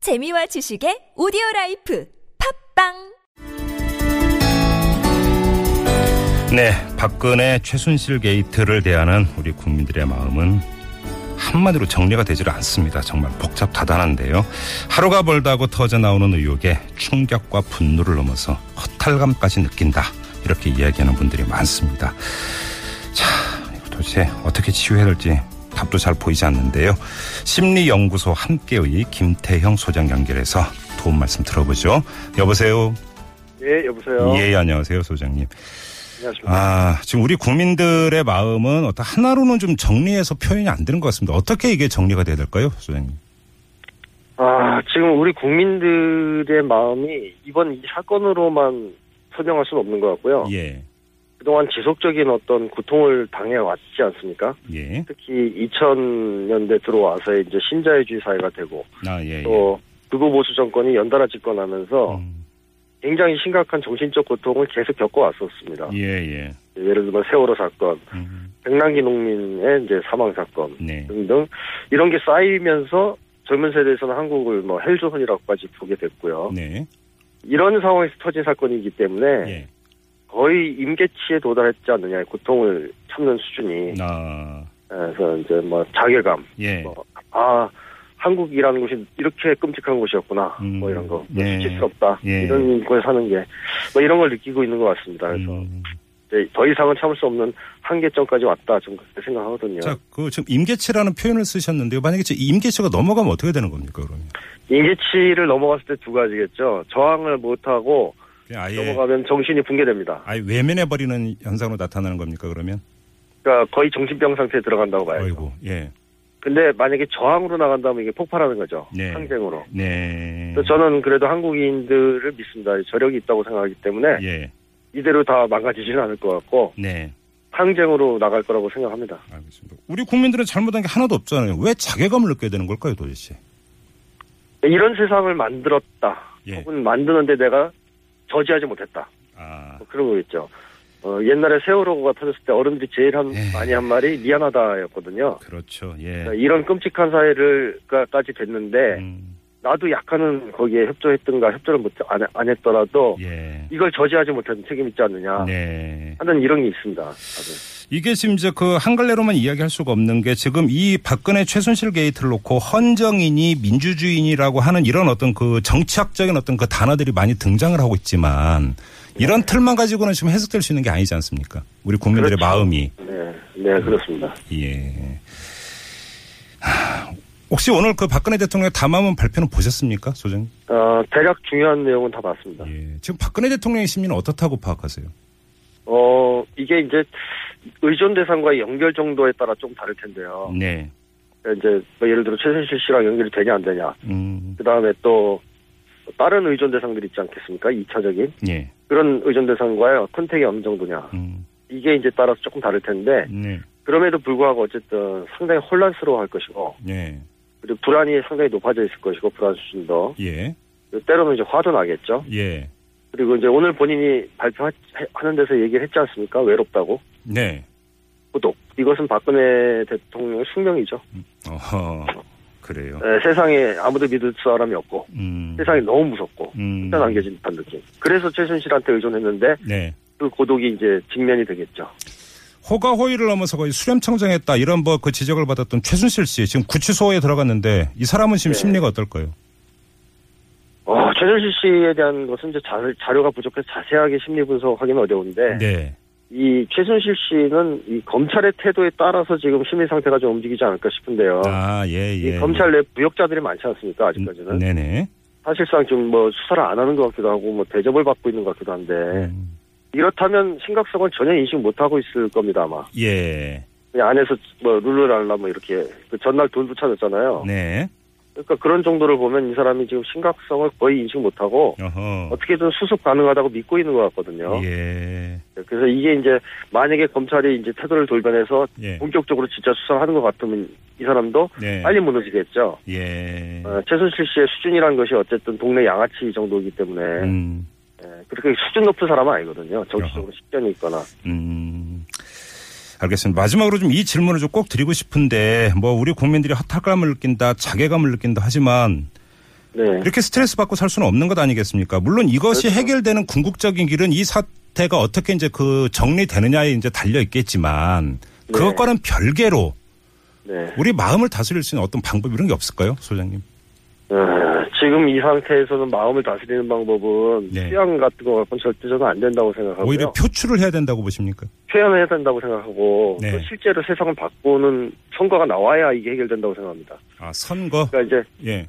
재미와 지식의 오디오 라이프 팝빵 네, 박근혜 최순실 게이트를 대하는 우리 국민들의 마음은 한마디로 정리가 되질 않습니다. 정말 복잡다단한데요. 하루가 벌다고 터져 나오는 의혹에 충격과 분노를 넘어서 허탈감까지 느낀다. 이렇게 이야기하는 분들이 많습니다. 자, 이걸 도대체 어떻게 치유해야 될지 답도 잘 보이지 않는데요. 심리연구소 함께의 김태형 소장 연결해서 도움 말씀 들어보죠. 여보세요. 예, 여보세요. 예, 안녕하세요, 소장님. 안녕하십니까. 아, 지금 우리 국민들의 마음은 어떤 하나로는 좀 정리해서 표현이 안 되는 것 같습니다. 어떻게 이게 정리가 돼야 될까요, 소장님? 아, 지금 우리 국민들의 마음이 이번 이 사건으로만 설명할 수는 없는 것 같고요. 예, 그동안 지속적인 어떤 고통을 당해왔지 않습니까? 예, 특히 2000년대 들어와서 이제 신자유주의 사회가 되고 아, 예, 예. 또 극우 보수 정권이 연달아 집권하면서 음, 굉장히 심각한 정신적 고통을 계속 겪어왔었습니다. 예, 예. 예를 들면 세월호 사건, 음, 백남기 농민의 이제 사망 사건, 네, 등등 이런 게 쌓이면서 젊은 세대에서는 한국을 뭐 헬조선이라고까지 보게 됐고요. 네, 이런 상황에서 터진 사건이기 때문에 예. 거의 임계치에 도달했지 않느냐의 고통을 참는 수준이 아, 그래서 이제 뭐 자괴감, 예. 뭐, 아 한국이라는 곳이 이렇게 끔찍한 곳이었구나, 음, 뭐 이런 거 예. 수치스럽다 예. 이런 걸 사는 게 뭐 이런 걸 느끼고 있는 것 같습니다. 그래서 음. 이제 더 이상은 참을 수 없는 한계점까지 왔다 좀 그렇게 생각하거든요. 자, 그 지금 임계치라는 표현을 쓰셨는데요. 만약에 지금 임계치가 넘어가면 어떻게 되는 겁니까, 그러면? 임계치를 넘어갔을 때 두 가지겠죠. 저항을 못하고 그냥 아예, 넘어가면 정신이 붕괴됩니다. 아예 외면해버리는 현상으로 나타나는 겁니까, 그러면? 그러니까 거의 정신병 상태에 들어간다고 봐요. 아이고, 예, 근데 만약에 저항으로 나간다면 이게 폭발하는 거죠. 네. 항쟁으로. 네. 그래서 저는 그래도 한국인들을 믿습니다. 저력이 있다고 생각하기 때문에 예, 이대로 다 망가지지는 않을 것 같고 네. 항쟁으로 나갈 거라고 생각합니다. 알겠습니다. 우리 국민들은 잘못한 게 하나도 없잖아요. 왜 자괴감을 느껴야 되는 걸까요, 도대체? 이런 세상을 만들었다. 예. 혹은 만드는데 내가 저지하지 못했다. 아, 뭐 그런 거겠죠. 어, 옛날에 세월호가 터졌을 때 어른들이 제일 한, 예. 많이 한 말이 미안하다였거든요. 그렇죠. 예. 그러니까 이런 끔찍한 사회를까지 됐는데 음, 나도 약간은 거기에 협조했든가 협조를 못안 안 했더라도 예. 이걸 저지하지 못한 책임 있지 않느냐 네. 하는 이런 게 있습니다. 아주. 이게 지금 이제 그 한글레로만 이야기할 수가 없는 게 지금 이 박근혜 최순실 게이트를 놓고 헌정이니 민주주의니라고 하는 이런 어떤 그 정치학적인 어떤 그 단어들이 많이 등장을 하고 있지만 이런 틀만 가지고는 지금 해석될 수 있는 게 아니지 않습니까? 우리 국민들의 네. 그렇죠. 마음이. 네, 네 그렇습니다. 예. 하, 혹시 오늘 그 박근혜 대통령의 담화문 발표는 보셨습니까, 소장님? 어, 대략 중요한 내용은 다 봤습니다. 예. 지금 박근혜 대통령의 심리는 어떻다고 파악하세요? 어 이게 이제 의존 대상과의 연결 정도에 따라 좀 다를 텐데요. 네. 이제 뭐 예를 들어 최순실 씨랑 연결이 되냐 안 되냐. 음. 그 다음에 또 다른 의존 대상들이 있지 않겠습니까? 2차적인 예. 그런 의존 대상과의 컨택이 어느 정도냐. 음. 이게 이제 따라서 조금 다를 텐데 네. 그럼에도 불구하고 어쨌든 상당히 혼란스러워할 것이고 네. 그리고 불안이 상당히 높아져 있을 것이고 불안 수준도 예. 그리고 때로는 이제 화도 나겠죠. 예. 그리고 이제 오늘 본인이 발표하는 데서 얘기를 했지 않습니까? 외롭다고 네. 孤독 이것은 박근혜 대통령의 숙명이죠. 어허. 그래요. 에, 세상에 아무도 믿을 사람이 없고 음. 세상이 너무 무섭고 음. 혼자 남겨진 듯한 느낌. 그래서 최순실한테 의존했는데 네. 그 고독이 이제 직면이 되겠죠. 호가 호의를 넘어서 거의 수렴청정했다 이런 뭐 그 지적을 받았던 최순실 씨 지금 구치소에 들어갔는데 이 사람은 지금 네. 심리가 어떨까요? 어, 최순실 씨에 대한 것은 이제 자, 자료가 부족해서 자세하게 심리 분석하기는 어려운데 네. 이 최순실 씨는 이 검찰의 태도에 따라서 지금 심리 상태가 좀 움직이지 않을까 싶은데요. 아, 예, 어. 이 예. 검찰 내 부역자들이 많지 않습니까 아직까지는 음, 네네. 사실상 지금 뭐 수사를 안 하는 것 같기도 하고 뭐 대접을 받고 있는 것 같기도 한데 음, 이렇다면 심각성을 전혀 인식 못 하고 있을 겁니다 아마 예. 그냥 안에서 뭐 룰루랄라 뭐 이렇게 그 전날 돈도 찾았잖아요 네. 그러니까 그런 정도를 보면 이 사람이 지금 심각성을 거의 인식 못 하고 어허. 어떻게든 수습 가능하다고 믿고 있는 것 같거든요 예. 그래서 이게 이제 만약에 검찰이 이제 태도를 돌변해서 예. 본격적으로 진짜 수사하는 것 같으면 이 사람도 네. 빨리 무너지겠죠. 예. 어, 최순실 씨의 수준이라는 것이 어쨌든 동네 양아치 정도이기 때문에 음. 예, 그렇게 수준 높은 사람은 아니거든요. 정치적으로 식견이 있거나. 음. 알겠습니다. 마지막으로 좀 이 질문을 좀 꼭 드리고 싶은데 뭐 우리 국민들이 허탈감을 느낀다, 자괴감을 느낀다 하지만 네. 이렇게 스트레스 받고 살 수는 없는 것 아니겠습니까? 물론 이것이 그렇죠. 해결되는 궁극적인 길은 이 사태가 어떻게 이제 그 정리되느냐에 이제 달려 있겠지만 네. 그것과는 별개로 네. 우리 마음을 다스릴 수 있는 어떤 방법 이런 게 없을까요, 소장님? 아, 지금 이 상태에서는 마음을 다스리는 방법은 네. 수양 같은 거 갖고는 절대 저는 안 된다고 생각하고요. 오히려 표출을 해야 된다고 보십니까? 표현해야 된다고 생각하고 네. 또 실제로 세상을 바꾸는 성과가 나와야 이게 해결된다고 생각합니다. 아 선거 그러니까 이제 예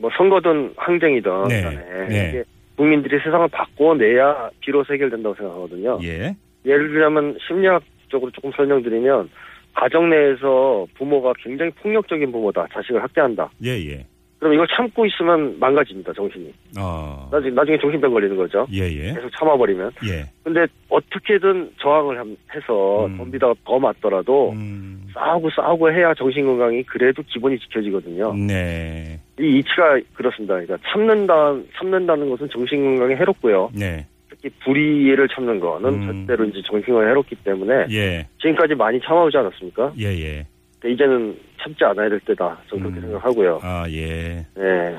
뭐 선거든 항쟁이든 네. 간에 네. 이게 국민들이 세상을 바꿔내야 비로소 해결된다고 생각하거든요. 예. 예를 들자면 심리학적으로 조금 설명드리면 가정 내에서 부모가 굉장히 폭력적인 부모다 자식을 학대한다. 예, 예. 그럼 이걸 참고 있으면 망가집니다 정신이. 어. 나중에 나중에 정신병 걸리는 거죠. 예, 예. 계속 참아버리면. 예. 근데 어떻게든 저항을 함- 해서 음. 덤비다가 더 맞더라도 음. 싸우고 싸우고 해야 정신 건강이 그래도 기본이 지켜지거든요. 네. 이 이치가 그렇습니다. 그러니까 참는다 참는다는 것은 정신 건강에 해롭고요. 네. 특히 불의를 참는 거는 음. 절대로 이제 정신 건강에 해롭기 때문에 예. 지금까지 많이 참아오지 않았습니까? 예, 예. 그러니까 이제는 참지 않아야 될 때다. 저는 그렇게 음. 생각하고요. 아, 예. 네.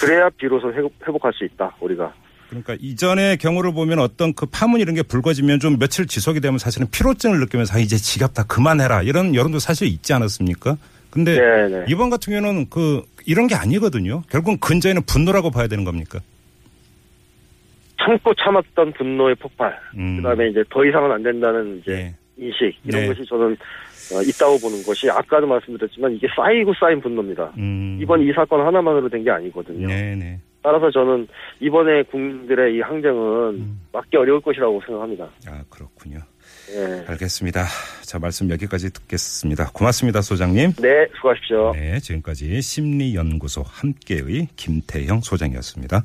그래야 비로소 회복, 회복할 수 있다. 우리가. 그러니까 이전의 경우를 보면 어떤 그 파문 이런 게 불거지면 좀 며칠 지속이 되면 사실은 피로증을 느끼면서 아, 이제 지갑 다 그만해라 이런 여론도 사실 있지 않았습니까? 근데 네, 네. 이번 같은 경우는 그 이런 게 아니거든요. 결국은 근저에는 분노라고 봐야 되는 겁니까? 참고 참았던 분노의 폭발. 음. 그다음에 이제 더 이상은 안 된다는 이제 예. 인식 이런 네. 것이 저는 어, 있다고 보는 것이 아까도 말씀드렸지만 이게 쌓이고 쌓인 분노입니다. 음. 이번 이 사건 하나만으로 된 게 아니거든요. 네, 네. 따라서 저는 이번에 국민들의 이 항쟁은 음. 막기 어려울 것이라고 생각합니다. 아, 그렇군요. 예. 알겠습니다. 자, 말씀 여기까지 듣겠습니다. 고맙습니다, 소장님. 네, 수고하십시오. 네, 지금까지 심리연구소 함께의 김태형 소장이었습니다.